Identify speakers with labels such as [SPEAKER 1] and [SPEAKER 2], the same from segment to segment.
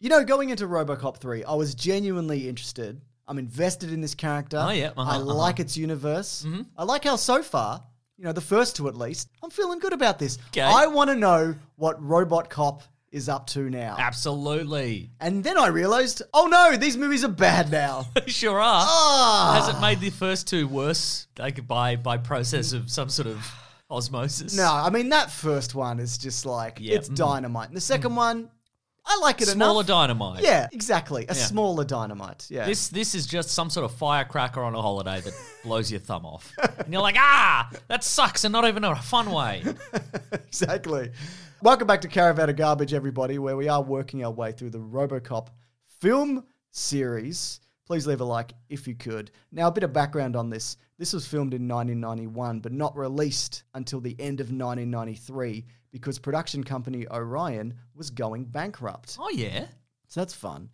[SPEAKER 1] You know, going into RoboCop 3, I was genuinely interested. I'm invested in this character.
[SPEAKER 2] Oh, yeah. Uh-huh,
[SPEAKER 1] I
[SPEAKER 2] uh-huh. Mm-hmm.
[SPEAKER 1] like its universe. I like how so far, you know, the first two at least, I'm feeling good about this.
[SPEAKER 2] Okay.
[SPEAKER 1] I want to know what RoboCop is up to now.
[SPEAKER 2] Absolutely.
[SPEAKER 1] And then I realized, oh no, these movies are bad now.
[SPEAKER 2] They sure are.
[SPEAKER 1] Ah.
[SPEAKER 2] Has it made the first two worse like by by process of some sort of osmosis?
[SPEAKER 1] No, I mean that first one is just like
[SPEAKER 2] Yeah. mm-hmm.
[SPEAKER 1] it's dynamite. And the second one, I like it
[SPEAKER 2] Smaller
[SPEAKER 1] enough.
[SPEAKER 2] dynamite.
[SPEAKER 1] Yeah, exactly. A
[SPEAKER 2] Yeah.
[SPEAKER 1] smaller dynamite. Yeah.
[SPEAKER 2] This this is just some sort of firecracker on a holiday that blows your thumb off. And you're like, ah, that sucks, and not even in a fun way.
[SPEAKER 1] exactly. Welcome back to Caravan of Garbage, everybody, where we are working our way through the RoboCop film series. Please leave a like if you could. Now, a bit of background on this. This was filmed in 1991, but not released until the end of 1993 because production company Orion was going bankrupt.
[SPEAKER 2] Oh yeah.
[SPEAKER 1] So that's fun.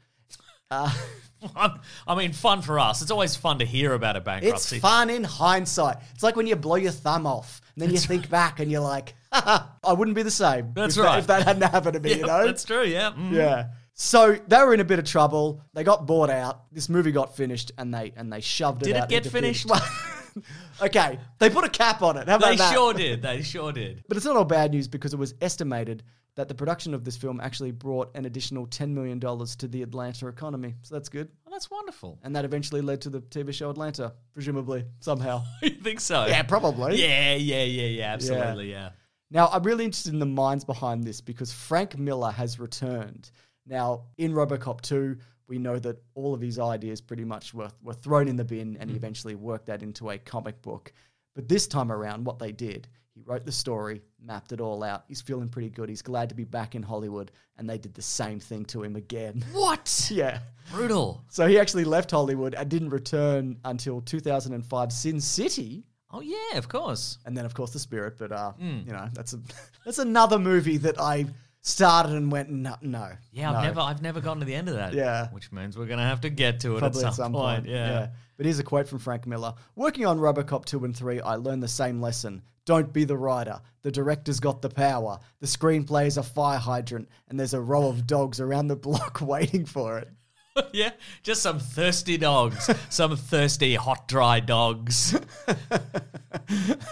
[SPEAKER 2] I'm- I mean, fun for us. It's always fun to hear about a
[SPEAKER 1] It's
[SPEAKER 2] bankruptcy.
[SPEAKER 1] fun in hindsight. It's like when you blow your thumb off and then you think back and you're like, I wouldn't be the same.
[SPEAKER 2] That's
[SPEAKER 1] if That,
[SPEAKER 2] right.
[SPEAKER 1] if that hadn't happened to me,
[SPEAKER 2] Yeah,
[SPEAKER 1] you know?
[SPEAKER 2] that's true. Yeah. Mm.
[SPEAKER 1] Mm-hmm. Yeah. So they were in a bit of trouble. They got bought out. This movie got finished, and they and they shoved it.
[SPEAKER 2] Did it
[SPEAKER 1] out
[SPEAKER 2] get
[SPEAKER 1] into theaters.
[SPEAKER 2] finished?
[SPEAKER 1] okay, they put a cap on it. How about
[SPEAKER 2] They
[SPEAKER 1] that?
[SPEAKER 2] sure did. They sure did.
[SPEAKER 1] But it's not all bad news because it was estimated that the production of this film actually brought an additional ten million dollars to the Atlanta economy. So that's good,
[SPEAKER 2] Well, that's wonderful.
[SPEAKER 1] and that eventually led to the TV show Atlanta, presumably somehow.
[SPEAKER 2] you think so?
[SPEAKER 1] yeah, probably.
[SPEAKER 2] Yeah, yeah, yeah, yeah. Absolutely, yeah.
[SPEAKER 1] Now, I'm really interested in the minds behind this because Frank Miller has returned. Now, in Robocop 2, we know that all of his ideas pretty much were, were thrown in the bin and he eventually worked that into a comic book. But this time around, what they did, he wrote the story, mapped it all out. He's feeling pretty good. He's glad to be back in Hollywood. And they did the same thing to him again.
[SPEAKER 2] What?
[SPEAKER 1] yeah.
[SPEAKER 2] Brutal.
[SPEAKER 1] So he actually left Hollywood and didn't return until 2005 Sin City.
[SPEAKER 2] Oh yeah, of course.
[SPEAKER 1] and then of course the spirit. But uh,
[SPEAKER 2] Hmm.
[SPEAKER 1] you know, that's a that's another movie that I started and went no, no
[SPEAKER 2] Yeah,
[SPEAKER 1] no,
[SPEAKER 2] I've never, I've never gotten to the end of that.
[SPEAKER 1] Yeah.
[SPEAKER 2] which means we're gonna have to get to it
[SPEAKER 1] probably
[SPEAKER 2] at some, point. Yeah.
[SPEAKER 1] But here's a quote from Frank Miller: Working on RoboCop two and three, I learned the same lesson. Don't be the writer. The director's got the power. The screenplay is a fire hydrant, and there's a row of dogs around the block waiting for it.
[SPEAKER 2] yeah, Just some thirsty dogs, some thirsty hot dry dogs.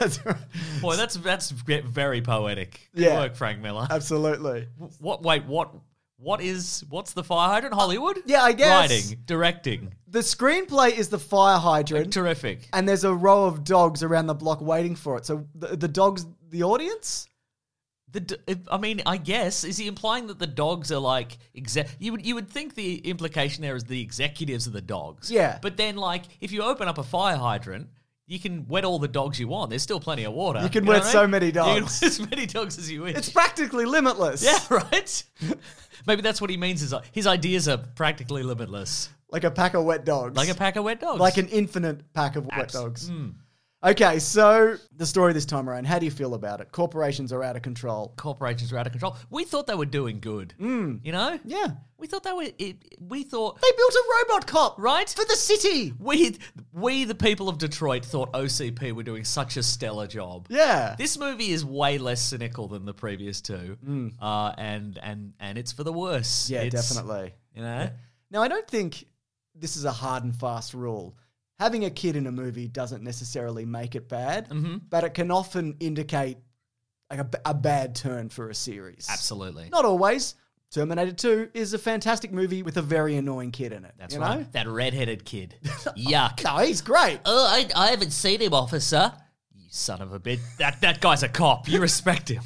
[SPEAKER 1] That's right.
[SPEAKER 2] Boy, that's that's ve- very poetic. Good
[SPEAKER 1] Yeah.
[SPEAKER 2] work, Frank Miller.
[SPEAKER 1] Absolutely.
[SPEAKER 2] What? Wait, what? What is? What's the fire hydrant? Hollywood?
[SPEAKER 1] yeah, I guess.
[SPEAKER 2] Writing, directing,
[SPEAKER 1] The screenplay is the fire hydrant.
[SPEAKER 2] terrific.
[SPEAKER 1] and there's a row of dogs around the block waiting for it. So the, the dogs, the audience?
[SPEAKER 2] The d- if- I mean, I guess is he implying that the dogs are like exec? You would you would think the implication there is the executives of the dogs.
[SPEAKER 1] Yeah.
[SPEAKER 2] But then, like, if you open up a fire hydrant, you can wet all the dogs you want. There's still plenty of water.
[SPEAKER 1] You can
[SPEAKER 2] know
[SPEAKER 1] wet
[SPEAKER 2] what
[SPEAKER 1] so many
[SPEAKER 2] You can
[SPEAKER 1] dogs.
[SPEAKER 2] wet as many dogs as you wish.
[SPEAKER 1] It's practically limitless.
[SPEAKER 2] yeah, right. Maybe that's what he means. Is like, his ideas are practically limitless,
[SPEAKER 1] Like a pack of wet dogs.
[SPEAKER 2] like a pack of wet dogs. Hmm.
[SPEAKER 1] Like an infinite pack of wet dogs. Okay, so the story this time around, how do you feel about it? Corporations are out of control.
[SPEAKER 2] corporations are out of control. We thought they were doing good. You know.
[SPEAKER 1] Mm. Yeah.
[SPEAKER 2] We thought they were. It, we thought
[SPEAKER 1] They built a robot cop
[SPEAKER 2] Right?
[SPEAKER 1] for the city.
[SPEAKER 2] We, we, the people of Detroit, thought OCP were doing such a stellar job.
[SPEAKER 1] Yeah.
[SPEAKER 2] This movie is way less cynical than the previous two, uh, and and and it's for the worse.
[SPEAKER 1] Mm. yeah,
[SPEAKER 2] It's-
[SPEAKER 1] definitely.
[SPEAKER 2] You know,
[SPEAKER 1] Now, I don't think this is a hard and fast rule. Having a
[SPEAKER 2] Mm-hmm.
[SPEAKER 1] kid in a movie doesn't necessarily make it bad, but it can often indicate like a, b- a bad turn for a series.
[SPEAKER 2] Absolutely.
[SPEAKER 1] Not always. Terminator 2 is a fantastic movie with a very annoying kid in it.
[SPEAKER 2] That's
[SPEAKER 1] you
[SPEAKER 2] right.
[SPEAKER 1] know?
[SPEAKER 2] That redheaded kid. Yuck.
[SPEAKER 1] No, he's great.
[SPEAKER 2] Oh, I, I haven't seen him, officer. You son of a bitch. That, that guy's a cop. You respect him.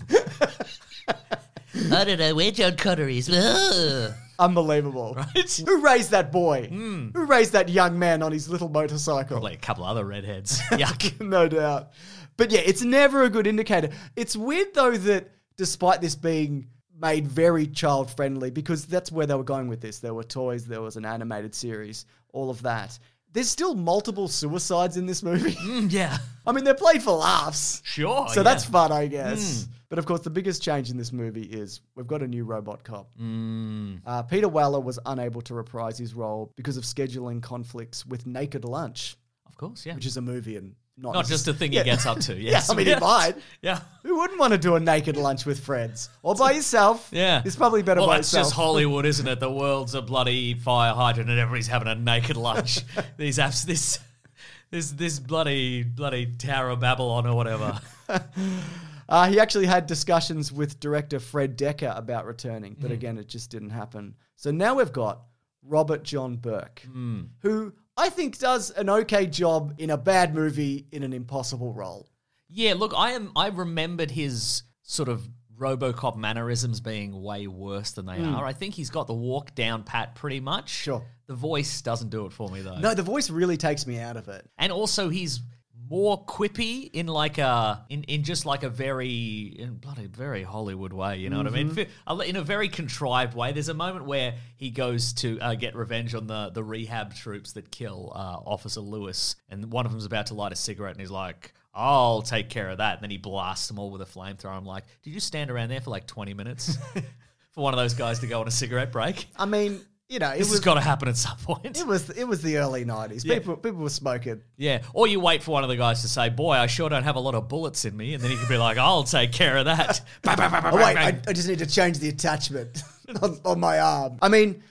[SPEAKER 2] I don't know where John Connor is. Ugh.
[SPEAKER 1] Unbelievable. Who raised that boy? Who raised that young man on his little motorcycle?
[SPEAKER 2] Hmm. Probably a couple other redheads. Yuck.
[SPEAKER 1] no doubt. But yeah, it's never a good indicator. It's weird though that despite this being made very child friendly, because that's where they were going with this. There were toys, there was an animated series, all of that. There's still multiple suicides in this movie.
[SPEAKER 2] yeah.
[SPEAKER 1] I mean, they're played for laughs.
[SPEAKER 2] Hmm. Sure. Hmm.
[SPEAKER 1] So that's fun, I guess. But of course, the biggest change in this movie is we've got a new robot cop.
[SPEAKER 2] Hmm.
[SPEAKER 1] Uh, Peter Weller was unable to reprise his role because of scheduling conflicts with Naked Lunch,
[SPEAKER 2] Of course, yeah.
[SPEAKER 1] which is a movie and not,
[SPEAKER 2] Not just a thing he gets up to.
[SPEAKER 1] Yeah,
[SPEAKER 2] Yes.
[SPEAKER 1] I mean, he might.
[SPEAKER 2] Yeah.
[SPEAKER 1] Who wouldn't want to do a naked lunch with friends or by yourself?
[SPEAKER 2] Yeah.
[SPEAKER 1] it's probably better
[SPEAKER 2] Well,
[SPEAKER 1] by
[SPEAKER 2] that's
[SPEAKER 1] yourself.
[SPEAKER 2] just Hollywood, isn't it? The world's a bloody fire hydrant, and everybody's having a naked lunch. These apps, this, this, this bloody, bloody Tower of Babylon or whatever.
[SPEAKER 1] Uh, he actually had discussions with director Fred Decker about returning,
[SPEAKER 2] Hmm.
[SPEAKER 1] but again, it just didn't happen. So now we've got Robert John Burke,
[SPEAKER 2] Hmm.
[SPEAKER 1] who I think does an okay job in a bad movie in an impossible role.
[SPEAKER 2] Yeah, look, I am. I remembered his sort of RoboCop mannerisms being way worse than they are. I think he's got the walk down pat pretty much.
[SPEAKER 1] Hmm. Sure.
[SPEAKER 2] The voice doesn't do it for me though.
[SPEAKER 1] No, the voice really takes me out of it.
[SPEAKER 2] And also, he's more quippy in like a in, in just like a very in bloody very Hollywood way. You know
[SPEAKER 1] Mm-hmm.
[SPEAKER 2] what I mean? Fi- In a very contrived way. There's a moment where he goes to uh, get revenge on the the rehab troops that kill uh, Officer Lewis, and one of them's about to light a cigarette, and he's like. I'll take care of that. And then he blasts them all with a flamethrower. I'm like, did you stand around there for like 20 minutes for one of those guys to go on a cigarette break?
[SPEAKER 1] I mean, you know, it
[SPEAKER 2] This has
[SPEAKER 1] was
[SPEAKER 2] got to happen at some point.
[SPEAKER 1] it was it was the early nineties. People people were smoking.
[SPEAKER 2] Yeah, or you wait for one of the guys to say, "Boy, I sure don't have a lot of bullets in me," and then he could be like, "I'll take care of that." Bang, bang, bang, bang,
[SPEAKER 1] Oh, wait,
[SPEAKER 2] bang.
[SPEAKER 1] I, I just need to change the attachment on, on my arm. I mean,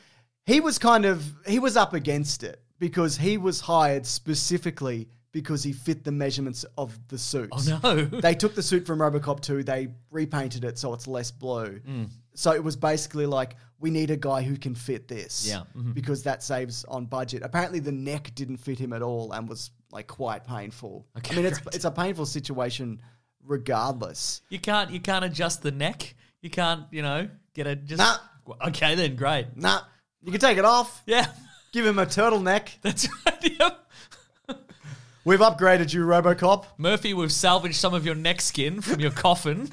[SPEAKER 1] he was kind of he was up against it because he was hired specifically because he fit the measurements of the suit.
[SPEAKER 2] oh no,
[SPEAKER 1] They took the suit from RoboCop 2, they repainted it so it's less blue.
[SPEAKER 2] Mm.
[SPEAKER 1] So it was basically like we need a guy who can fit this.
[SPEAKER 2] Yeah, mm-hmm.
[SPEAKER 1] Because that saves on budget. Apparently the neck didn't fit him at all and was like quite painful. I mean it's it's a painful situation regardless.
[SPEAKER 2] you can't. You can't adjust the neck. You can't. You know, get a just.
[SPEAKER 1] Nah.
[SPEAKER 2] Okay, then great.
[SPEAKER 1] Nah, you can take it off.
[SPEAKER 2] Yeah,
[SPEAKER 1] Give him a turtleneck.
[SPEAKER 2] that's right. Yep.
[SPEAKER 1] We've upgraded you, Robocop.
[SPEAKER 2] Murphy, we've salvaged some of your neck skin from your coffin.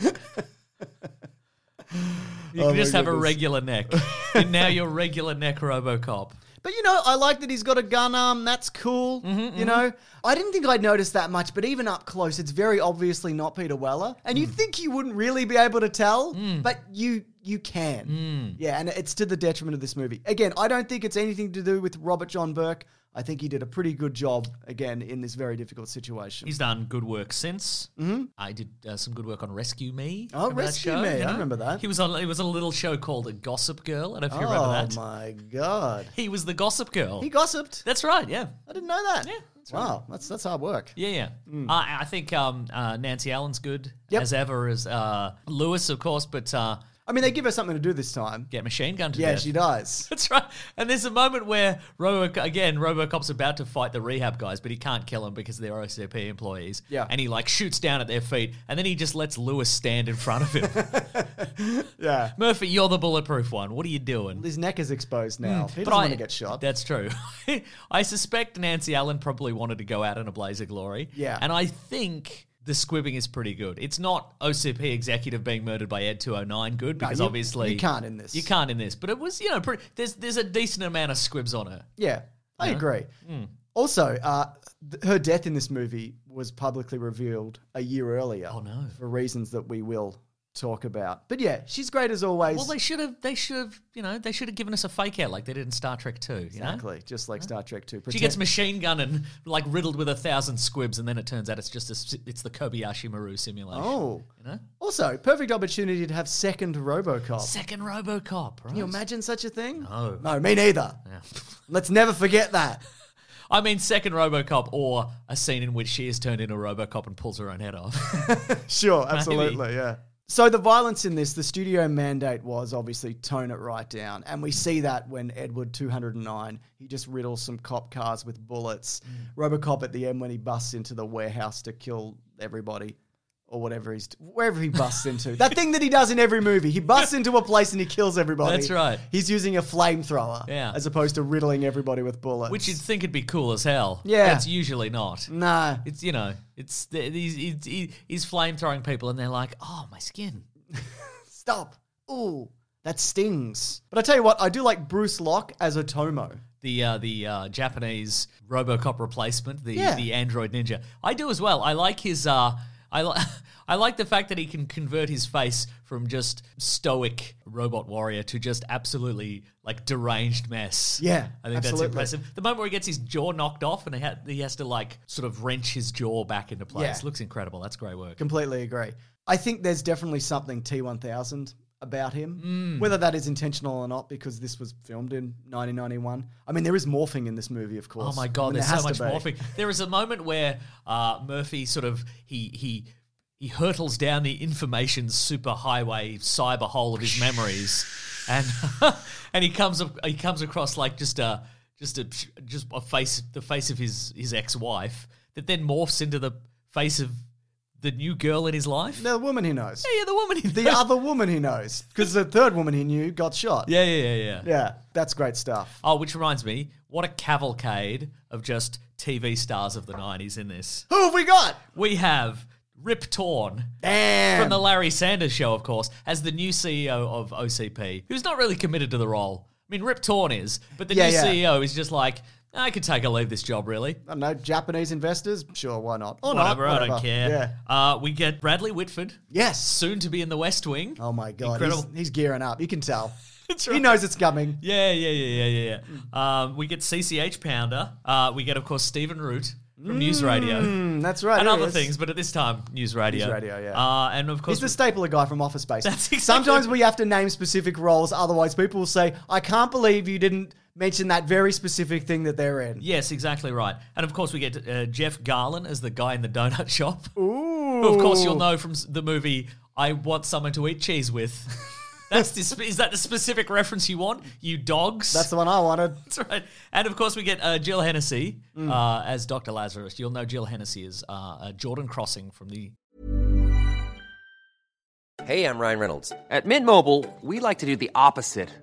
[SPEAKER 2] You
[SPEAKER 1] Oh
[SPEAKER 2] can
[SPEAKER 1] my
[SPEAKER 2] just have a
[SPEAKER 1] goodness.
[SPEAKER 2] regular neck. and now you're regular neck RoboCop.
[SPEAKER 1] But you know, I like that he's got a gun arm. That's cool.
[SPEAKER 2] Mm-hmm,
[SPEAKER 1] you know, I didn't think I'd notice that much, but even up close, it's very obviously not Peter Weller. And
[SPEAKER 2] Mm.
[SPEAKER 1] you think you wouldn't really be able to tell, but you you can.
[SPEAKER 2] Mm.
[SPEAKER 1] Yeah, and it's to the detriment of this movie. Again, I don't think it's anything to do with Robert John Burke. I think he did a pretty good job again in this very difficult situation.
[SPEAKER 2] He's done good work since. Mm-hmm. I did uh, some good work on Rescue Me.
[SPEAKER 1] Oh,
[SPEAKER 2] Remember that
[SPEAKER 1] Rescue
[SPEAKER 2] show?
[SPEAKER 1] Me, I remember that.
[SPEAKER 2] He was on. It was a little show called A Gossip Girl. I don't know if you
[SPEAKER 1] oh
[SPEAKER 2] remember that.
[SPEAKER 1] my god,
[SPEAKER 2] He was the Gossip Girl.
[SPEAKER 1] he gossiped.
[SPEAKER 2] That's right. Yeah.
[SPEAKER 1] I didn't know that.
[SPEAKER 2] Yeah, that's
[SPEAKER 1] wow, that's that's hard work.
[SPEAKER 2] Yeah, yeah. I I think um, uh, Nancy Allen's good
[SPEAKER 1] Mm. Yep.
[SPEAKER 2] as ever as uh, Lewis, of course, but uh,
[SPEAKER 1] I mean, they give her something to do this time.
[SPEAKER 2] get machine gun to
[SPEAKER 1] Yeah,
[SPEAKER 2] death.
[SPEAKER 1] she dies.
[SPEAKER 2] That's right. And there's a moment where Robo again, RoboCop's about to fight the rehab guys, but he can't kill them because they're OCP employees.
[SPEAKER 1] Yeah.
[SPEAKER 2] And he like shoots down at their feet, and then he just lets Lewis stand in front of him.
[SPEAKER 1] Yeah.
[SPEAKER 2] Murphy, you're the bulletproof one. What are you doing?
[SPEAKER 1] His neck is exposed now. He doesn't
[SPEAKER 2] Hmm. I-
[SPEAKER 1] want to get shot.
[SPEAKER 2] That's true. I suspect Nancy Allen probably wanted to go out in a blaze of glory.
[SPEAKER 1] Yeah.
[SPEAKER 2] And I think the squibbing is pretty good. It's not OCP executive being murdered by Ed 209 good because
[SPEAKER 1] you-
[SPEAKER 2] obviously
[SPEAKER 1] you can't in this.
[SPEAKER 2] You can't in this, but it was, you know, pretty, there's there's a decent amount of squibs on her.
[SPEAKER 1] yeah, I agree.
[SPEAKER 2] Hmm.
[SPEAKER 1] Also, uh, th- her death in this movie was publicly revealed a year earlier. Oh
[SPEAKER 2] no.
[SPEAKER 1] For reasons that we will talk about. But yeah, she's great as always.
[SPEAKER 2] Well, they should have they should have, you know, they should have given us a fake out like they did in Star Trek 2, you know?
[SPEAKER 1] exactly, just like Star Trek Two.
[SPEAKER 2] She gets machine gunned and like riddled with a thousand squibs, and then it turns out it's just a, s- it's the Kobayashi Maru simulation.
[SPEAKER 1] Oh.
[SPEAKER 2] you know,
[SPEAKER 1] Also, perfect opportunity to have second RoboCop.
[SPEAKER 2] second RoboCop, right?
[SPEAKER 1] Can you imagine such a thing? No. No, me neither.
[SPEAKER 2] Yeah.
[SPEAKER 1] Let's never forget that.
[SPEAKER 2] I mean, second RoboCop or a scene in which she is turned into a RoboCop and pulls her own head off.
[SPEAKER 1] Sure, absolutely, yeah. So the violence in this, the studio mandate was obviously tone it right down, and we see that when Edward 209 he just riddles some cop cars with bullets. RoboCop at the end when he busts into the warehouse to kill everybody. Or whatever he's wherever he busts into that thing that he does in every movie, he busts into a place and he kills everybody.
[SPEAKER 2] That's right.
[SPEAKER 1] He's using a flamethrower,
[SPEAKER 2] Yeah.
[SPEAKER 1] as opposed to riddling everybody with bullets.
[SPEAKER 2] Which you'd think would be cool as hell.
[SPEAKER 1] Yeah.
[SPEAKER 2] But it's usually not.
[SPEAKER 1] nah,
[SPEAKER 2] It's, you know, it's th- he's, he's- he's, he's flame throwing people and they're like, oh, my skin.
[SPEAKER 1] stop. Ooh, that stings. But I tell you what, I do like Bruce Locke as Otomo.
[SPEAKER 2] the uh, the uh, Japanese RoboCop replacement, the
[SPEAKER 1] Yeah.
[SPEAKER 2] the android ninja. I do as well. I like his. Uh, I like. I like the fact that he can convert his face from just stoic robot warrior to just absolutely like deranged mess.
[SPEAKER 1] Yeah,
[SPEAKER 2] I think
[SPEAKER 1] absolutely.
[SPEAKER 2] that's impressive. The moment where he gets his jaw knocked off and he, ha- he has to like sort of wrench his jaw back into place
[SPEAKER 1] Yeah.
[SPEAKER 2] looks incredible. That's great work.
[SPEAKER 1] Completely agree. I think there's definitely something T1000 about
[SPEAKER 2] Mm.
[SPEAKER 1] him, whether that is intentional or not, because this was filmed in 1991. I mean, there is morphing in this movie, of course.
[SPEAKER 2] Oh my
[SPEAKER 1] I
[SPEAKER 2] god,
[SPEAKER 1] mean,
[SPEAKER 2] there's
[SPEAKER 1] there
[SPEAKER 2] so
[SPEAKER 1] has
[SPEAKER 2] much
[SPEAKER 1] to be.
[SPEAKER 2] morphing. There is a moment where uh, Murphy sort of he he he hurtles down the information superhighway cyber hole of his memories, and and he comes up he comes across like just a just a just a face the face of his his ex wife that then morphs into the face of the new girl in his life.
[SPEAKER 1] The woman he knows.
[SPEAKER 2] Yeah, yeah, the woman. in
[SPEAKER 1] The other woman he knows, because the third woman he knew got shot.
[SPEAKER 2] yeah, yeah, yeah, yeah.
[SPEAKER 1] Yeah, that's great stuff.
[SPEAKER 2] Oh, which reminds me, what a cavalcade of just TV stars of the '90s in this.
[SPEAKER 1] Who have we got?
[SPEAKER 2] we have Rip Torn
[SPEAKER 1] Damn.
[SPEAKER 2] from the Larry Sanders Show, of course, as the new CEO of OCP, who's not really committed to the role. I mean, Rip Torn is, but the
[SPEAKER 1] Yeah,
[SPEAKER 2] new
[SPEAKER 1] yeah.
[SPEAKER 2] CEO is just like, I could take or leave this job, really.
[SPEAKER 1] I don't know, Japanese investors? Sure, why not? Or not,
[SPEAKER 2] Whatever, I don't
[SPEAKER 1] whatever.
[SPEAKER 2] care.
[SPEAKER 1] Yeah.
[SPEAKER 2] Uh, we get Bradley Whitford,
[SPEAKER 1] Yes.
[SPEAKER 2] soon to be in the West Wing.
[SPEAKER 1] Oh my god, he's,
[SPEAKER 2] Incredible.
[SPEAKER 1] he's gearing up. You can tell.
[SPEAKER 2] That's
[SPEAKER 1] He
[SPEAKER 2] right.
[SPEAKER 1] knows it's coming.
[SPEAKER 2] Yeah, yeah, yeah, yeah, yeah. yeah. Um, we get CCH Pounder. Uh, we get, of course, Stephen Root from News Radio.
[SPEAKER 1] Mm, that's right.
[SPEAKER 2] and
[SPEAKER 1] here
[SPEAKER 2] other
[SPEAKER 1] it is.
[SPEAKER 2] things, but at this time, News Radio.
[SPEAKER 1] News Radio, yeah.
[SPEAKER 2] Uh, and of course,
[SPEAKER 1] He's the stapler guy from Office Space.
[SPEAKER 2] That's exactly-
[SPEAKER 1] Sometimes we have to name specific roles, otherwise people will say, "I can't believe you didn't mention that very specific thing that they're in."
[SPEAKER 2] Yes, exactly right. And of course, we get uh, Jeff Garlin as the guy in the donut shop.
[SPEAKER 1] Ooh.
[SPEAKER 2] Who, of course, you'll know from s- the movie "I Want Someone to Eat Cheese With." That's the, sp- is that the specific reference you want? You dogs.
[SPEAKER 1] That's the one I wanted.
[SPEAKER 2] That's right. And of course, we get uh, Jill Hennessy
[SPEAKER 1] Mm.
[SPEAKER 2] uh, as Dr. Lazarus. You'll know Jill Hennessy as uh, uh, Jordan Crossing from the
[SPEAKER 3] Hey, I'm Ryan Reynolds. At Mint Mobile, we like to do the opposite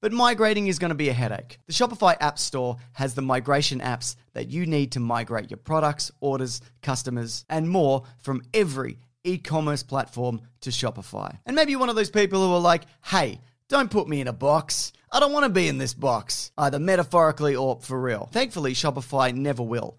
[SPEAKER 1] but migrating is going to be a headache. The Shopify App Store has the migration apps that you need to migrate your products, orders, customers, and more from every e commerce platform to Shopify. And maybe you're one of those people who are like, hey, don't put me in a box. I don't want to be in this box, either metaphorically or for real. Thankfully, Shopify never will,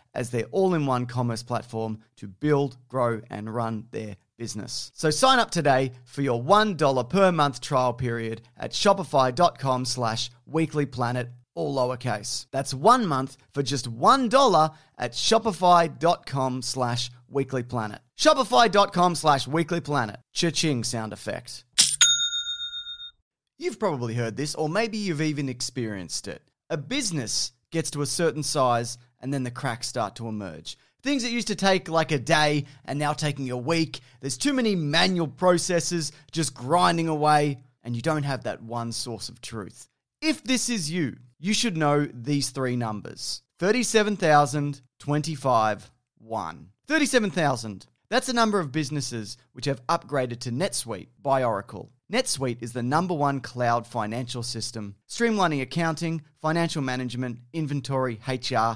[SPEAKER 1] as their all in one commerce platform to build, grow, and run their business. So sign up today for your $1 per month trial period at shopify.com slash weeklyplanet, all lowercase. That's one month for just $1 at shopify.com slash weeklyplanet. Shopify.com slash weeklyplanet. Cha-ching sound effect. You've probably heard this, or maybe you've even experienced it. A business gets to a certain size, and then the cracks start to emerge. Things that used to take like a day and now taking a week. There's too many manual processes just grinding away, and you don't have that one source of truth. If this is you, you should know these three numbers 37,025 one. 37,000. That's the number of businesses which have upgraded to NetSuite by Oracle. NetSuite is the number one cloud financial system, streamlining accounting, financial management, inventory, HR,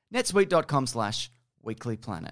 [SPEAKER 1] netsuite.com slash weeklyplanet.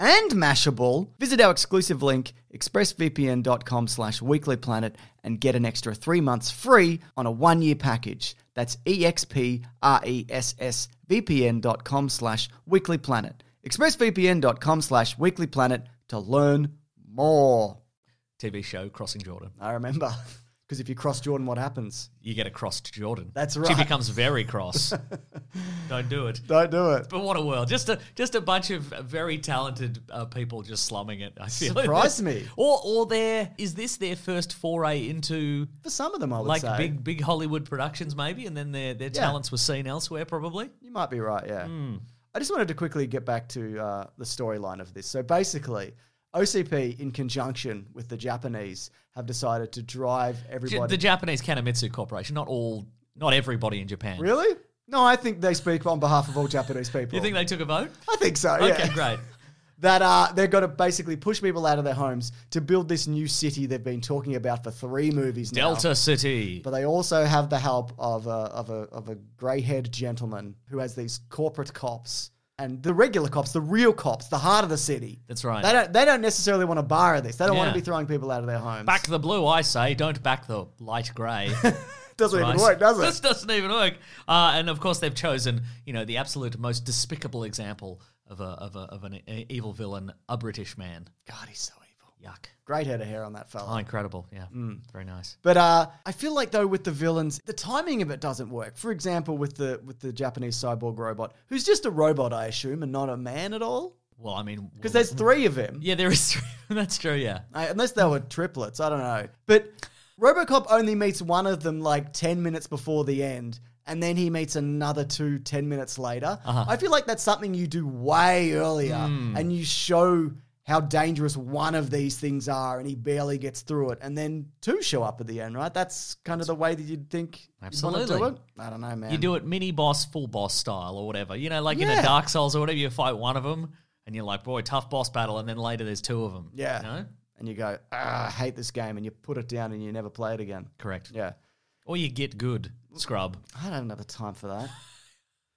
[SPEAKER 1] and Mashable, visit our exclusive link, expressvpn.com slash weeklyplanet, and get an extra three months free on a one-year package. That's E expressvpn.com slash weeklyplanet. expressvpn.com slash weeklyplanet to learn more.
[SPEAKER 2] TV show Crossing Jordan.
[SPEAKER 1] I remember. Because if you cross Jordan, what happens?
[SPEAKER 2] You get a crossed Jordan.
[SPEAKER 1] That's
[SPEAKER 2] She
[SPEAKER 1] right.
[SPEAKER 2] becomes very cross. Don't do it.
[SPEAKER 1] Don't do it.
[SPEAKER 2] But what a world! Just a just a bunch of very talented uh, people just slumming it. I feel
[SPEAKER 1] Surprised me.
[SPEAKER 2] Or or their is this their first foray into
[SPEAKER 1] For some of them, I would
[SPEAKER 2] like
[SPEAKER 1] say.
[SPEAKER 2] big big Hollywood productions maybe, and then their their talents were seen elsewhere probably.
[SPEAKER 1] You might be right, yeah.
[SPEAKER 2] Hmm.
[SPEAKER 1] I just wanted to quickly get back to uh, the storyline of this. So basically, OCP, in conjunction with the Japanese, have decided to drive
[SPEAKER 2] J-
[SPEAKER 1] everybody.
[SPEAKER 2] the Japanese Kanemitsu Corporation. Not all, not everybody in Japan.
[SPEAKER 1] really? No, I think they speak on behalf of all Japanese people.
[SPEAKER 2] You think they took a vote?
[SPEAKER 1] I think so.
[SPEAKER 2] Okay,
[SPEAKER 1] yeah.
[SPEAKER 2] great.
[SPEAKER 1] That uh, they're going to basically push people out of their homes to build this new city they've been talking about for three movies now.
[SPEAKER 2] Delta City.
[SPEAKER 1] But they also have the help of a of a of a grey haired gentleman who has these corporate cops and the regular cops, the real cops, the heart of the city.
[SPEAKER 2] That's right.
[SPEAKER 1] They don't they don't necessarily want to borrow this. They don't want
[SPEAKER 2] Yeah.
[SPEAKER 1] to be throwing people out of their homes.
[SPEAKER 2] Back the blue, I say. Don't back the light grey.
[SPEAKER 1] doesn't even
[SPEAKER 2] Right.
[SPEAKER 1] work, does
[SPEAKER 2] This
[SPEAKER 1] it?
[SPEAKER 2] doesn't even work. Uh, and of course, they've chosen, you know, the absolute most despicable example of a of a of an e- evil villain, a British man.
[SPEAKER 1] God, he's so evil.
[SPEAKER 2] Yuck!
[SPEAKER 1] Great head of hair on that fella.
[SPEAKER 2] Oh, incredible. Yeah,
[SPEAKER 1] Mm.
[SPEAKER 2] very nice.
[SPEAKER 1] But uh, I feel like though with the villains, the timing of it doesn't work. For example, with the with the Japanese cyborg robot, who's just a robot, I assume, and not a man at all,
[SPEAKER 2] Well, I mean,
[SPEAKER 1] because there's three of him.
[SPEAKER 2] yeah, there is. That's true. Yeah,
[SPEAKER 1] I- unless they were triplets, I don't know. But RoboCop only meets one of them like 10 minutes before the end. And then he meets another two 10 minutes later.
[SPEAKER 2] Uh-huh.
[SPEAKER 1] I feel like that's something you do way earlier
[SPEAKER 2] Hmm.
[SPEAKER 1] and you show how dangerous one of these things are and he barely gets through it. And then two show up at the end, right? That's kind of the way that you'd think you'd wanna do
[SPEAKER 2] Absolutely.
[SPEAKER 1] it. I don't know, man.
[SPEAKER 2] You do it mini boss, full boss style, or whatever. You know, like in
[SPEAKER 1] Yeah.
[SPEAKER 2] a Dark Souls or whatever, you fight one of them, and you're like, boy, tough boss battle, and then later there's two of them.
[SPEAKER 1] Yeah.
[SPEAKER 2] You know?
[SPEAKER 1] And you go, ah, I hate this game. And you put it down and you never play it again.
[SPEAKER 2] Correct.
[SPEAKER 1] Yeah.
[SPEAKER 2] Or you get good, scrub.
[SPEAKER 1] I don't have the time for that.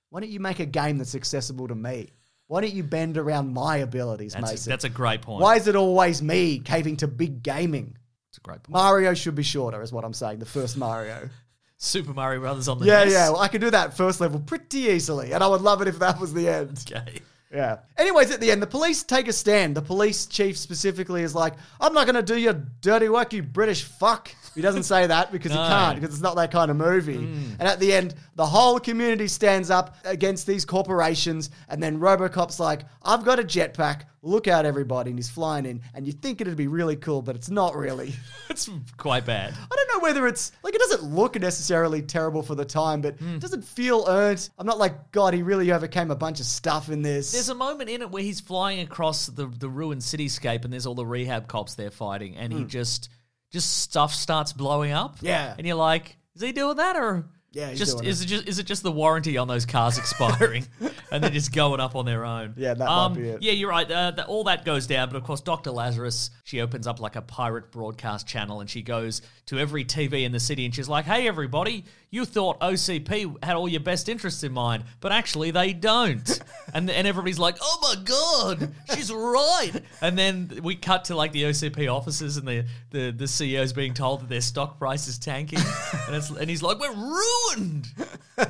[SPEAKER 1] Why don't you make a game that's accessible to me? Why don't you bend around my abilities,
[SPEAKER 2] That's a,
[SPEAKER 1] Mason?
[SPEAKER 2] that's a great point.
[SPEAKER 1] Why is it always me caving to big gaming?
[SPEAKER 2] That's a great point.
[SPEAKER 1] Mario should be shorter, is what I'm saying. The first Mario.
[SPEAKER 2] Super Mario Brothers on the
[SPEAKER 1] yeah,
[SPEAKER 2] NES.
[SPEAKER 1] yeah. Well, I could do that first level pretty easily, and I would love it if that was the end.
[SPEAKER 2] Okay.
[SPEAKER 1] Yeah. Anyways, at the end, the police take a stand. The police chief specifically is like, I'm not going to do your dirty work, you British fuck. He doesn't say that because
[SPEAKER 2] No. Mm.
[SPEAKER 1] he can't, because it's not that kind of movie. And at the end, the whole community stands up against these corporations. And then Robocop's like, I've got a jetpack. Look out, everybody. And he's flying in. And you think it'd be really cool, but it's not really.
[SPEAKER 2] That's quite bad.
[SPEAKER 1] I don't know whether it's like it doesn't look necessarily terrible for the time, but
[SPEAKER 2] Mm.
[SPEAKER 1] it doesn't feel earned. I'm not like, God, he really overcame a bunch of stuff in this.
[SPEAKER 2] There's a moment in it where he's flying across the, the ruined cityscape and there's all the rehab cops there fighting and he just just stuff starts blowing up.
[SPEAKER 1] Hmm. Yeah.
[SPEAKER 2] And you're like, is he doing that or
[SPEAKER 1] Yeah, he's
[SPEAKER 2] just
[SPEAKER 1] doing
[SPEAKER 2] is it. just is it just the warranty on those cars expiring and they're just going up on their own?
[SPEAKER 1] Yeah, that might be it.
[SPEAKER 2] Yeah, you're right. Uh, the, all that goes down, but of course, Dr. Lazarus, she opens up like a pirate broadcast channel and she goes to every TV in the city and she's like, hey, everybody, you thought OCP had all your best interests in mind, but actually they don't. and, and everybody's like, oh my God, she's right. And then we cut to like the OCP offices and the, the, the CEO's being told that their stock price is tanking. and, it's, and he's like, we're ruined. Yeah,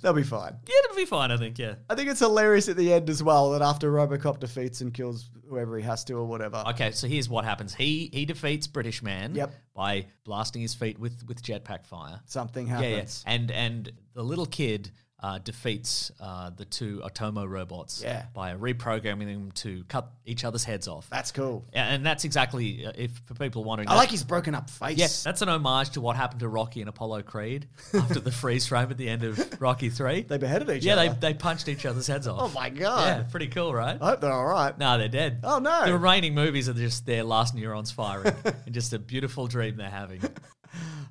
[SPEAKER 1] They'll be fine.
[SPEAKER 2] it'll be fine, I think, yeah.
[SPEAKER 1] I think it's hilarious at the end as well that after Robocop defeats and kills whoever he has to or whatever.
[SPEAKER 2] Okay, so here's what happens. He he defeats British Man
[SPEAKER 1] Yep.
[SPEAKER 2] by blasting his feet with with jetpack fire.
[SPEAKER 1] Something
[SPEAKER 2] Yeah, yeah.
[SPEAKER 1] happens.
[SPEAKER 2] And and the little kid uh, defeats uh, the two Otomo robots
[SPEAKER 1] Yeah.
[SPEAKER 2] by reprogramming them to cut each other's heads off.
[SPEAKER 1] That's cool.
[SPEAKER 2] Yeah, and that's exactly uh, if for people wondering.
[SPEAKER 1] I like his broken up face.
[SPEAKER 2] Yes, that's an homage to what happened to Rocky and Apollo Creed after the freeze frame at the end of Rocky Three.
[SPEAKER 1] They beheaded each
[SPEAKER 2] yeah,
[SPEAKER 1] other.
[SPEAKER 2] they they punched each other's heads off.
[SPEAKER 1] Oh my God.
[SPEAKER 2] Yeah, pretty cool, right?
[SPEAKER 1] I hope Oh, they're all right.
[SPEAKER 2] No, they're dead.
[SPEAKER 1] Oh, no.
[SPEAKER 2] The remaining movies are just their last neurons firing and just a beautiful dream they're having.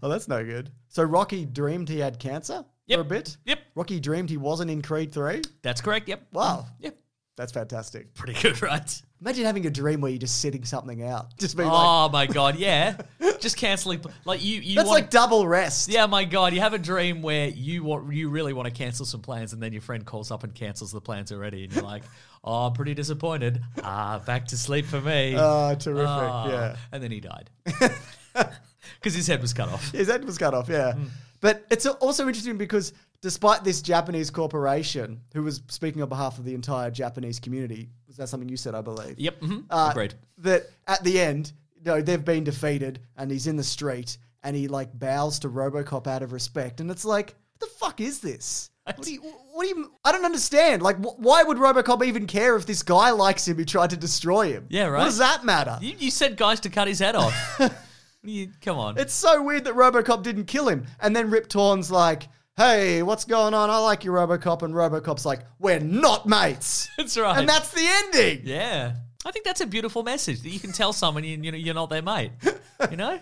[SPEAKER 1] Oh, that's no good. So Rocky dreamed he had cancer
[SPEAKER 2] Yep.
[SPEAKER 1] for a bit.
[SPEAKER 2] Yep.
[SPEAKER 1] Rocky dreamed he wasn't in Creed 3.
[SPEAKER 2] That's correct. Yep.
[SPEAKER 1] Wow.
[SPEAKER 2] Mm, Yep.
[SPEAKER 1] That's fantastic.
[SPEAKER 2] Pretty good, right?
[SPEAKER 1] Imagine having a dream where you're just sitting something out. Just being like,
[SPEAKER 2] oh my god, yeah. Just canceling pl- like you you
[SPEAKER 1] that's
[SPEAKER 2] want
[SPEAKER 1] like double rest.
[SPEAKER 2] Yeah, my god, you have a dream where you want you really want to cancel some plans and then your friend calls up and cancels the plans already and you're like, "Oh, I'm pretty disappointed. Ah, back to sleep for me."
[SPEAKER 1] Oh, terrific.
[SPEAKER 2] Ah.
[SPEAKER 1] Yeah.
[SPEAKER 2] And then he died. Cuz his head was cut off.
[SPEAKER 1] His head was cut off, yeah.
[SPEAKER 2] Mm.
[SPEAKER 1] But it's also interesting because despite this Japanese corporation, who was speaking on behalf of the entire Japanese community, was that something you said, I believe?
[SPEAKER 2] Yep. mhm,
[SPEAKER 1] Uh,
[SPEAKER 2] Agreed.
[SPEAKER 1] That at the end, no, they've been defeated and he's in the street and he like bows to Robocop out of respect. And it's like, what the fuck is this? What do you, what do you, I don't understand. Like, wh- why would Robocop even care if this guy likes him who tried to destroy him?
[SPEAKER 2] Yeah, right.
[SPEAKER 1] What does that matter?
[SPEAKER 2] You, you said guys to cut his head off. What do you- come on.
[SPEAKER 1] It's so weird that Robocop didn't kill him. And then Rip Torn's like, hey, what's going on? I like you, Robocop. And Robocop's like, we're not mates.
[SPEAKER 2] That's right.
[SPEAKER 1] And that's the ending.
[SPEAKER 2] yeah. I think that's a beautiful message that you can tell someone you, you know you're not their mate. You know,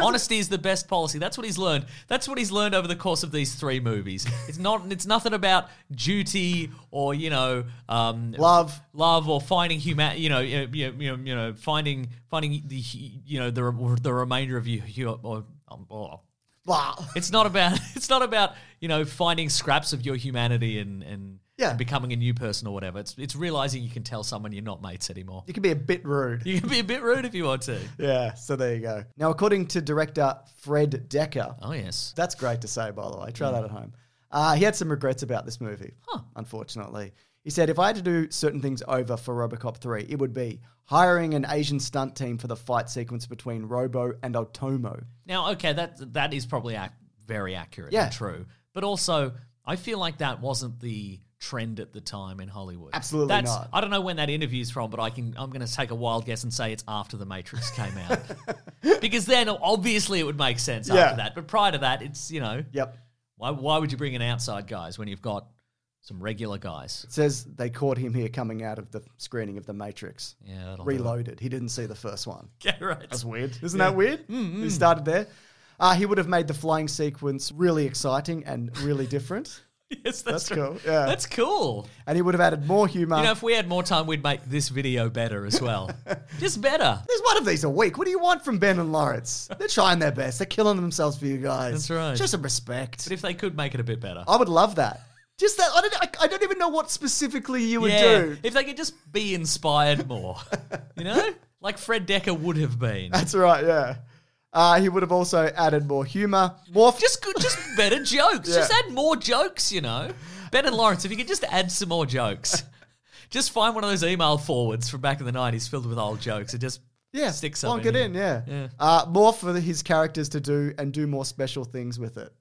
[SPEAKER 2] honesty is the best policy. That's what he's learned. That's what he's learned over the course of these three movies. It's not. It's nothing about duty or you know, um,
[SPEAKER 1] Love.
[SPEAKER 2] love or finding human. You know, you you know, you know, finding finding the hu- you know the re- the remainder of you. you or, um, or,
[SPEAKER 1] Blah.
[SPEAKER 2] It's not about it's not about you know finding scraps of your humanity and and,
[SPEAKER 1] Yeah.
[SPEAKER 2] and becoming a new person or whatever. It's it's realizing you can tell someone you're not mates anymore.
[SPEAKER 1] You can be a bit rude.
[SPEAKER 2] You can be a bit rude if you want to.
[SPEAKER 1] Yeah, so there you go. Now, according to director Fred Decker,
[SPEAKER 2] Oh yes,
[SPEAKER 1] that's great to say, by the way. Try that at home. Uh, he had some regrets about this movie, unfortunately. He said, if I had to do certain things over for Robocop 3, it would be hiring an Asian stunt team for the fight sequence between Robo and Otomo.
[SPEAKER 2] Now, okay, that that is probably ac- very accurate
[SPEAKER 1] Yeah.
[SPEAKER 2] and true. But also, I feel like that wasn't the trend at the time in Hollywood.
[SPEAKER 1] Absolutely
[SPEAKER 2] That's,
[SPEAKER 1] not.
[SPEAKER 2] I don't know when that interview's from, but I can. I'm going to take a wild guess and say it's after The Matrix came out, because then obviously it would make sense
[SPEAKER 1] Yeah.
[SPEAKER 2] after that. But prior to that, it's you know
[SPEAKER 1] Yep.
[SPEAKER 2] why why would you bring in outside guys when you've got some regular guys?
[SPEAKER 1] It says they caught him here coming out of the screening of The Matrix.
[SPEAKER 2] Yeah, that'll do it.
[SPEAKER 1] Reloaded. He didn't see the first one.
[SPEAKER 2] Okay, right.
[SPEAKER 1] That's weird. Isn't that weird?
[SPEAKER 2] Mm,
[SPEAKER 1] He started there. Uh, he would have made the flying sequence really exciting and really different.
[SPEAKER 2] Yes, that's,
[SPEAKER 1] That's
[SPEAKER 2] true.
[SPEAKER 1] cool, yeah.
[SPEAKER 2] That's cool.
[SPEAKER 1] And he would have added more humor.
[SPEAKER 2] You know, if we had more time, we'd make this video better as well. Just better.
[SPEAKER 1] There's one of these a week. What do you want from Ben and Lawrence? They're trying their best. They're killing themselves for you guys.
[SPEAKER 2] That's right.
[SPEAKER 1] Just some respect.
[SPEAKER 2] But if they could make it a bit better.
[SPEAKER 1] I would love that. Just that. I don't, I, I don't even know what specifically you would
[SPEAKER 2] yeah,
[SPEAKER 1] do.
[SPEAKER 2] if they could just be inspired more, you know, like Fred Decker would have been.
[SPEAKER 1] That's right, yeah. Uh, he would have also added more humor. More f-
[SPEAKER 2] Just good, just better jokes.
[SPEAKER 1] Yeah.
[SPEAKER 2] Just add more jokes, you know. Ben and Lawrence, if you could just add some more jokes, just find one of those email forwards from back in the nineties filled with old jokes and just
[SPEAKER 1] yeah,
[SPEAKER 2] stick
[SPEAKER 1] plonk
[SPEAKER 2] something
[SPEAKER 1] it in, yeah.
[SPEAKER 2] Yeah.
[SPEAKER 1] Uh, more for the- his characters to do and do more special things with it.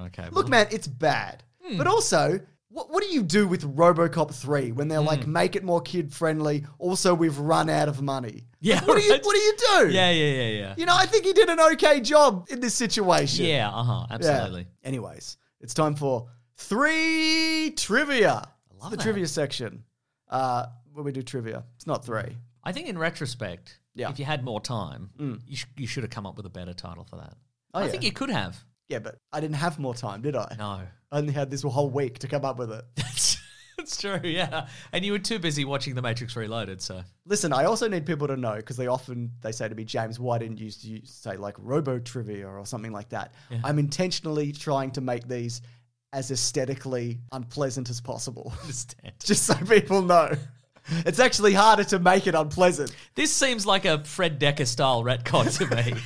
[SPEAKER 2] Okay,
[SPEAKER 1] Look, man, it's bad.
[SPEAKER 2] Hmm.
[SPEAKER 1] But also, what, what do you do with RoboCop 3 when they're
[SPEAKER 2] Hmm.
[SPEAKER 1] like, make it more kid friendly? Also, we've run out of money.
[SPEAKER 2] Yeah,
[SPEAKER 1] Like, what, do you,
[SPEAKER 2] right.
[SPEAKER 1] what do you do?
[SPEAKER 2] Yeah, yeah, yeah, yeah.
[SPEAKER 1] You know, I think he did an okay job in this situation.
[SPEAKER 2] Yeah, uh huh,
[SPEAKER 1] Yeah.
[SPEAKER 2] absolutely.
[SPEAKER 1] Anyways, it's time for three trivia. I
[SPEAKER 2] love
[SPEAKER 1] the
[SPEAKER 2] that.
[SPEAKER 1] trivia section. Uh, when we do trivia, it's not three.
[SPEAKER 2] I think in retrospect,
[SPEAKER 1] Yeah. Mm.
[SPEAKER 2] if you had more time, you, sh- you should have come up with a better title for that.
[SPEAKER 1] Oh,
[SPEAKER 2] I
[SPEAKER 1] yeah.
[SPEAKER 2] think you could have.
[SPEAKER 1] Yeah, but I didn't have more time, did I?
[SPEAKER 2] No.
[SPEAKER 1] I only had this whole week to come up with it.
[SPEAKER 2] That's, that's true, yeah. And you were too busy watching The Matrix Reloaded, so.
[SPEAKER 1] Listen, I also need people to know because they often they say to me, James, why didn't you, s- you say like robo trivia or something like that? I'm intentionally trying to make these as aesthetically unpleasant as possible,
[SPEAKER 2] Understand.
[SPEAKER 1] just so people know. It's actually harder to make it unpleasant.
[SPEAKER 2] This seems like a Fred Decker style retcon to me.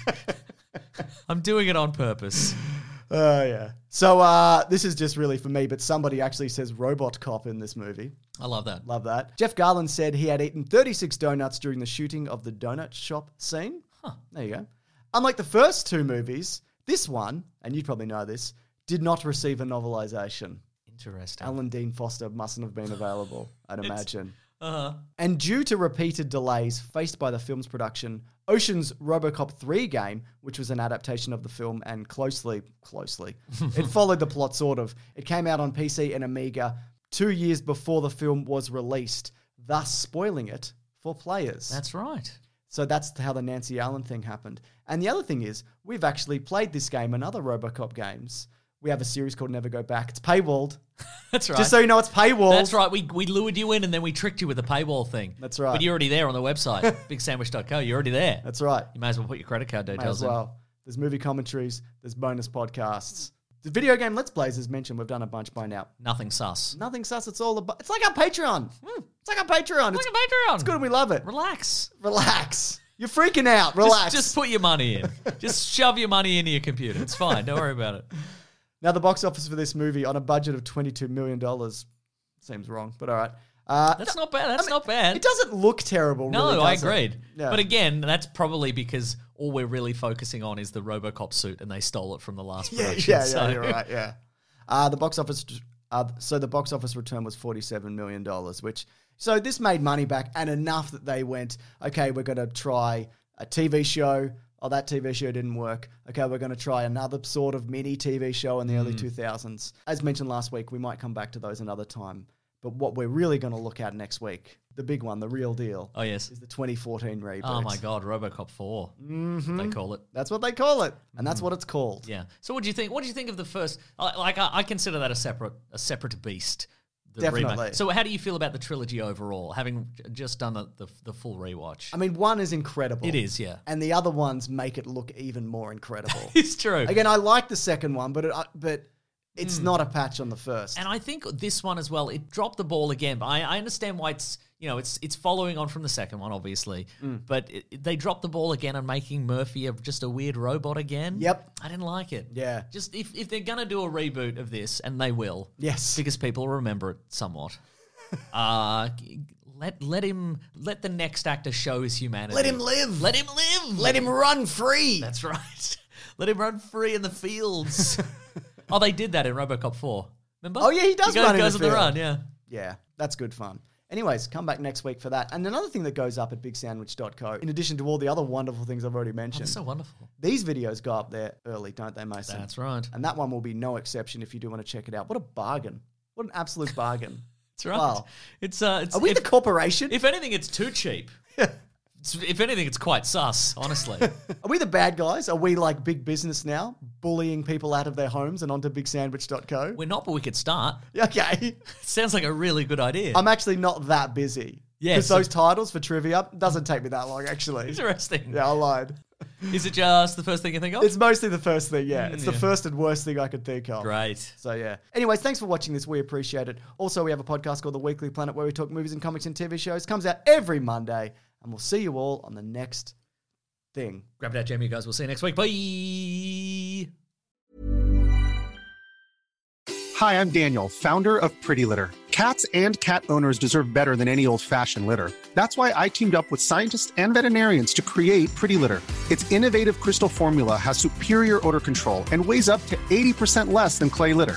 [SPEAKER 2] I'm doing it on purpose.
[SPEAKER 1] Oh yeah. So uh, this is just really for me, but somebody actually says robot cop in this movie.
[SPEAKER 2] I love that.
[SPEAKER 1] Love that. Jeff Garland said he had eaten 36 donuts during the shooting of the donut shop scene. There you go. Unlike the first two movies, this one, and you probably know this, did not receive a novelization.
[SPEAKER 2] Interesting.
[SPEAKER 1] Alan Dean Foster mustn't have been available, I'd imagine.
[SPEAKER 2] Uh-huh.
[SPEAKER 1] And due to repeated delays faced by the film's production, Ocean's RoboCop 3 game, which was an adaptation of the film and closely, closely, it followed the plot sort of. It came out on PC and Amiga two years before the film was released, thus spoiling it for players.
[SPEAKER 2] That's right.
[SPEAKER 1] so that's how the Nancy Allen thing happened. And the other thing is, we've actually played this game and other RoboCop games. We have a series called Never Go Back. It's paywalled.
[SPEAKER 2] That's right.
[SPEAKER 1] Just so you know, it's paywalled.
[SPEAKER 2] That's right. We, we lured you in and then we tricked you with the paywall thing.
[SPEAKER 1] That's right.
[SPEAKER 2] But you're already there on the website, bigsandwich.co. You're already there.
[SPEAKER 1] That's right.
[SPEAKER 2] you may as well put your credit card
[SPEAKER 1] May
[SPEAKER 2] details
[SPEAKER 1] as well. There's movie commentaries. There's bonus podcasts. The video game Let's Plays, as mentioned, we've done a bunch by now.
[SPEAKER 2] in. Nothing sus.
[SPEAKER 1] Nothing sus. It's all about. It's like our Patreon. It's like our Patreon. It's,
[SPEAKER 2] Look at Hmm. Patreon.
[SPEAKER 1] it's good. and We love it.
[SPEAKER 2] Relax.
[SPEAKER 1] Relax. You're freaking out. Relax.
[SPEAKER 2] Just, just put your money in. just shove your money into your computer. It's fine. Don't worry about it.
[SPEAKER 1] now the box office for this movie on a budget of 22 million dollars seems wrong, but all right. Uh,
[SPEAKER 2] That's not bad. That's
[SPEAKER 1] I mean,
[SPEAKER 2] not bad.
[SPEAKER 1] It doesn't look terrible.
[SPEAKER 2] No,
[SPEAKER 1] really,
[SPEAKER 2] I
[SPEAKER 1] does it?
[SPEAKER 2] agreed.
[SPEAKER 1] Yeah.
[SPEAKER 2] But again, that's probably because all we're really focusing on is the RoboCop suit, and they stole it from the last
[SPEAKER 1] Yeah,
[SPEAKER 2] production.
[SPEAKER 1] yeah, yeah.
[SPEAKER 2] so-
[SPEAKER 1] You're right. Yeah. Uh, the box office. Uh, so the box office return was forty-seven million dollars, which so this made money back and enough that they went, okay, we're going to try a TV show. Oh, that TV show didn't work. Okay, we're going to try another sort of mini TV show in the early two thousands. As mentioned last week, we might come back to those another time. But what we're really going to look at next week, the big one, the real deal,
[SPEAKER 2] Oh yes.
[SPEAKER 1] is the twenty fourteen reboot.
[SPEAKER 2] Oh my God, RoboCop 4 Mm-hmm. They call it.
[SPEAKER 1] That's what they call it, and that's what it's called.
[SPEAKER 2] Yeah. So what do you think? What do you think of the first? I- Like, I, I consider that a separate, a separate beast. The
[SPEAKER 1] Definitely.
[SPEAKER 2] Remake. So how do you feel about the trilogy overall, having j- just done the the, the full rewatch?
[SPEAKER 1] I mean, one is incredible.
[SPEAKER 2] it is, yeah.
[SPEAKER 1] and the other ones make it look even more incredible.
[SPEAKER 2] It's true.
[SPEAKER 1] Again, I like the second one, but it, I- but it's not a patch on the first.
[SPEAKER 2] Hmm. And I think this one as well, it dropped the ball again. But I, I understand why it's you know it's it's following on from the second one, obviously.
[SPEAKER 1] Mm.
[SPEAKER 2] But it, it- they dropped the ball again on making Murphy a, just a weird robot again.
[SPEAKER 1] Yep.
[SPEAKER 2] I didn't like it.
[SPEAKER 1] Yeah.
[SPEAKER 2] just if if they're gonna do a reboot of this, and they will,
[SPEAKER 1] yes,
[SPEAKER 2] because people remember it somewhat. uh g- let let him let the next actor show his humanity.
[SPEAKER 1] let him live.
[SPEAKER 2] Let him live.
[SPEAKER 1] Let him run free.
[SPEAKER 2] That's right. Let him run free in the fields. oh, they did that in RoboCop 4. Remember?
[SPEAKER 1] Oh, yeah, he does
[SPEAKER 2] goes,
[SPEAKER 1] run in
[SPEAKER 2] goes
[SPEAKER 1] the
[SPEAKER 2] on the
[SPEAKER 1] field.
[SPEAKER 2] run. Yeah.
[SPEAKER 1] Yeah, that's good fun. Anyways, come back next week for that. And another thing that goes up at bigsandwich.co, in addition to all the other wonderful things I've already mentioned,
[SPEAKER 2] It's so wonderful.
[SPEAKER 1] these videos go up there early, don't they, Mason?
[SPEAKER 2] That's right.
[SPEAKER 1] And that one will be no exception if you do want to check it out. What a bargain. What an absolute bargain.
[SPEAKER 2] That's right.
[SPEAKER 1] Wow.
[SPEAKER 2] It's uh. It's,
[SPEAKER 1] Are we
[SPEAKER 2] if,
[SPEAKER 1] the corporation?
[SPEAKER 2] if anything, it's too cheap. It's- if anything, it's quite sus. Honestly.
[SPEAKER 1] Are we the bad guys? Are we like big business now, bullying people out of their homes and onto bigsandwich.co?
[SPEAKER 2] We're not, but we could start.
[SPEAKER 1] Okay.
[SPEAKER 2] Sounds like a really good idea.
[SPEAKER 1] I'm actually not that busy.
[SPEAKER 2] Yeah,
[SPEAKER 1] Because
[SPEAKER 2] so-
[SPEAKER 1] those titles for trivia doesn't take me that long, actually.
[SPEAKER 2] Interesting.
[SPEAKER 1] Yeah, I lied.
[SPEAKER 2] Is it just the first thing you think of?
[SPEAKER 1] It's mostly the first thing, yeah. It's the
[SPEAKER 2] Mm, yeah.
[SPEAKER 1] first and worst thing I could think of.
[SPEAKER 2] Great.
[SPEAKER 1] So yeah. Anyways, thanks for watching this. We appreciate it. Also, we have a podcast called The Weekly Planet where we talk movies and comics and TV shows. Comes out every Monday, and we'll see you all on the next thing.
[SPEAKER 2] Grab it out, Jamie, you guys. We'll see you next week. Bye.
[SPEAKER 4] Hi, I'm Daniel, founder of Pretty Litter. Cats and cat owners deserve better than any old fashioned litter. That's why I teamed up with scientists and veterinarians to create Pretty Litter. Its innovative crystal formula has superior odor control and weighs up to 80% less than clay litter.